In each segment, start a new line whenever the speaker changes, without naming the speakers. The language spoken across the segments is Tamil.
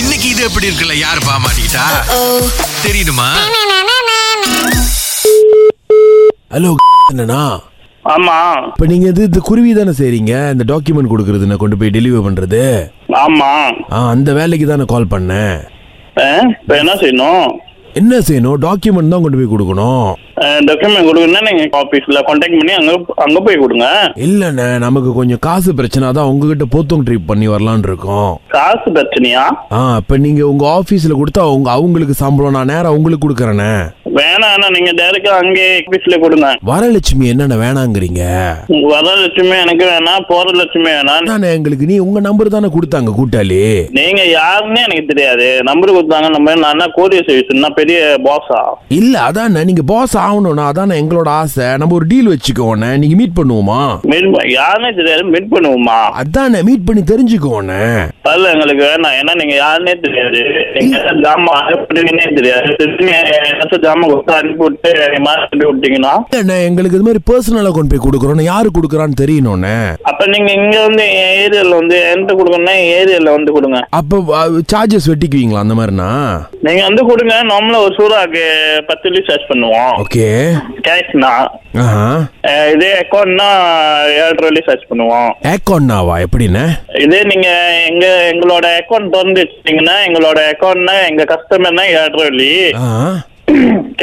இன்னைக்கு இது எப்படி இருக்குல்ல யாரு பாமாட்டா தெரியுமா
ஹலோ என்னண்ணா
ஆமா
இப்போ நீங்கள் இது இந்த குருவி தானே செய்கிறீங்க இந்த டாக்குமெண்ட் கொடுக்குறது நான் கொண்டு போய் டெலிவர் பண்ணுறது
ஆமா
ஆ அந்த வேலைக்கு தானே கால் பண்ணேன்
ஆ, இப்ப என்ன செய்யணும்
என்ன செய்யணும் டாக்குமெண்ட் தான் கொண்டு போய் கொடுக்கணும்
டாக்குமெண்ட் கொடுங்கன்னா நீங்க ஆபீஸ்ல கான்டாக்ட் பண்ணி அங்க அங்க போய் கொடுங்க
இல்லைண்ணே நமக்கு கொஞ்சம் காசு பிரச்சனை தான் உங்ககிட்ட போத்தோம் ட்ரிப் பண்ணி வரலான்னு இருக்கோம்
காசு பிரச்சனையா
ஆ இப்போ நீங்கள் உங்கள் ஆஃபீஸில் கொடுத்தா அவங்க அவங்களுக்கு சம்பளம் நான் நேராக உங்களுக்கு கொடுக்குறேண்ணே
வேணாம் வேணாம் நீங்க டேரக்டா அங்கே ஆபீஸ்ல கொடுங்க
வரலட்சுமி என்னென்ன வேணாங்கிறீங்க
உங்க வர லட்சுமி எனக்கு வேணாம் போற லட்சுமி வேணாம்
நான் எங்களுக்கு நீ உங்கள் நம்பர் தானே கொடுத்தாங்க கூட்டாளி
நீங்க யாருன்னு எனக்கு தெரியாது நம்பர் கொடுத்தாங்க நம்ம நான் என்ன கோரியர் சர்வீஸ் நான் பெரிய பாஸா
இல்லை அதாண்ணே நீங்கள் பாஸ் ஆகணும்ண்ணா அதானே எங்களோட ஆசை நம்ம ஒரு டீல் வச்சுக்கோண்ணே நீங்கள் மீட் பண்ணுவோமா
மீட் யாருன்னே தெரியாது மீட் பண்ணுவோமா
அதானே மீட் பண்ணி தெரிஞ்சுக்கோண்ணே
அதில் எங்களுக்கு வேணாம் ஏன்னா நீங்க யாருன்னே தெரியாது நீங்க என்ன ஜாமான் அனுப்புறீங்கன்னே தெரியாது திருப்பி என்ன ஜாமான் கொடுத்து அனுப்பி விட்டு மாற்றி விட்டீங்கன்னா
இல்லைண்ணே எங்களுக்கு இது மாதிரி பர்சனலாக கொண்டு போய் கொடுக்குறோண்ணே யாரு கொடுக்குறான்னு தெரியணும்ண்ணே
அப்ப நீங்க இங்க வந்து ஏரியால வந்து என்கிட்ட கொடுக்கணும்னா ஏரியால வந்து கொடுங்க
அப்போ சார்ஜஸ் வெட்டிக்குவீங்களா அந்த மாதிரிண்ணா
நீங்க வந்து கொடுங்க நார்மலா ஒரு சூறாக்கு பத்து லீஸ் சார்ஜ் பண்ணுவோம்
ஓகே
கேஷ்னா
ஆஹா
அஹ் இதே அக்கௌண்ட்னா ஏழரை லீஸ் சார்ஜ் பண்ணுவோம்
ஏக்கோண்ணாவா எப்படிண்ணே
இதே நீங்க எங்க எங்களோட அக்கௌண்ட் திறந்து வச்சிட்டீங்கன்னா எங்களோட அக்கௌண்ட்னா எங்க கஸ்டமர்னா ஏழரை வழி
ஆ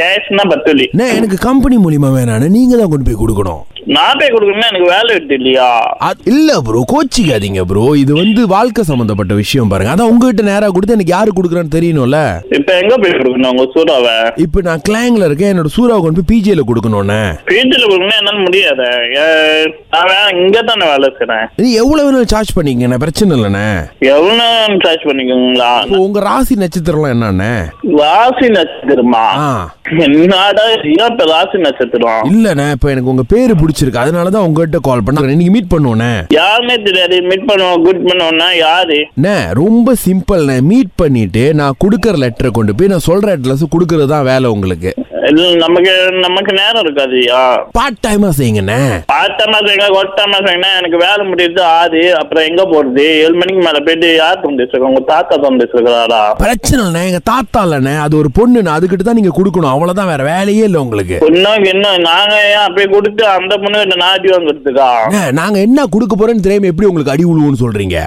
கேஷ்னா பத்து வழி
அண்ணே எனக்கு கம்பெனி மூலியமா வேணாண்ணே நீங்கள் தான் கொண்டு போய் கொடுக்கணும்
நான் போய் கொடுக்கணும்னா எனக்கு வேலை விட்டு இல்லையா
அ- இல்ல ப்ரோ கோச்சிக்காதீங்க ப்ரோ இது வந்து வாழ்க்கை சம்பந்தப்பட்ட விஷயம் பாருங்க அதான் உங்ககிட்ட நேரா கொடுத்து எனக்கு யாரு கொடுக்குறான்னு தெரியணும்ல
இப்ப எங்க போய் கொடுக்கணும் உங்க சூறாவை
இப்போ நான் கிளாங்ல இருக்கேன் என்னோட சூறாவை கொண்டு போய் பிஜேல கொடுக்கணும்ண்ணே
பீச்சில் கொடுக்கணும்னா என்னால முடியாது அஹ் நான் இங்க தானே வேலை செய்றேன்
நீ எவ்வளவு வேணும் சார்ஜ் பண்ணிக்கங்கண்ணே பிரச்சனை இல்லைண்ணே
எவ்வளோ சார்ஜ் பண்ணிக்கோங்களா
இப்போ உங்க ராசி நட்சத்திரம்லாம் என்னண்ணே
ராசி நட்சத்திரமா
ஆ
என்னடா ஐயா இப்ப ராசி நட்சத்திரம்
இல்லண்ணே இப்போ எனக்கு உங்க பேரு பிடிச்சிருக்கு அதனால தான் உங்ககிட்ட கால் பண்ணேன் இன்னைக்கு மீட் பண்ணுவோண்ணே
யாருமே தெரியாது மீட் பண்ணுவோம் குட் பண்ணுவோம்னா யாரு
அண்ணே ரொம்ப சிம்பிள்ண்ணே மீட் பண்ணிட்டு நான் கொடுக்குற லெட்டரை கொண்டு போய் நான் சொல்ற அட்ரஸ் கொடுக்கறது தான் வேலை உங்களுக்கு
இல்ல, நமக்கு நமக்கு நேரம் இருக்காதுயா
பார்ட் டைமா செய்யுங்கண்ணே
பார்த்தமா செய்யுங்க கொட்டமா செய்யுங்கன்னா எனக்கு வேலை முடியுது ஆறு அப்புறம் எங்க போறது ஏழு மணிக்கு மேல போயிட்டு யார் தோண்டிச்சிருக்கோம் உங்க தாத்தா தோண்டிச்சிருக்கிறாரா
பிரச்சனை இல்லைண்ணே எங்க தாத்தா இல்லைண்ணே அது ஒரு பொண்ணுண்ணே அதுக்கிட்ட தான் நீங்க கொடுக்கணும் அவ்வளவுதான் வேற வேலையே இல்லை உங்களுக்கு
இன்னும் இன்னும் நாங்க ஏன் அப்படியே கொடுத்து அந்த பொண்ணு என்ன நாட்டி வாங்குறதுக்கா
அண்ணே, நாங்க என்ன கொடுக்க போறோம்னு தெரியாம எப்படி உங்களுக்கு அடி உழுவுன்னு சொல்றீங்க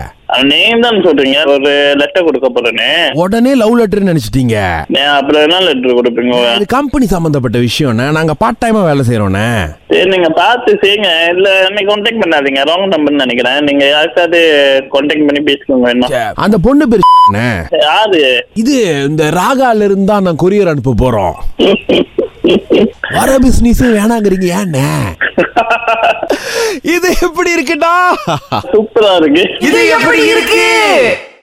நீங்க தான் சொல்றீங்க ஒரு லெட்டர் கொடுக்க போறேன்னு
உடனே லவ் லெட்டர் நினைச்சிட்டீங்க
நான் அப்புறம் என்ன லெட்டர் கொடுப்பீங்க
இது கம்பெனி சம்பந்தப்பட்ட விஷயம்ண்ணே நாங்க பார்ட் டைமா வேலை செய்யறோம்ண்ணே
சரி நீங்க பார்த்து செய்யுங்க இல்ல என்ன கான்டாக்ட் பண்ணாதீங்க ராங் நம்பர் நினைக்கிறேன் நீங்க யாருக்காவது கான்டாக்ட் பண்ணி பேசிக்கோங்க என்ன
அந்த பொண்ணு பேரு ண்ணே.
யாரு
இது இந்த ராகால இருந்தா நான் கொரியர் அனுப்ப போறோம் வர பிசினஸ் வேணாங்கிறீங்க ஏண்ணே இது எப்படி இருக்குடா
சூப்பரா இருக்கு
இது எப்படி இருக்கு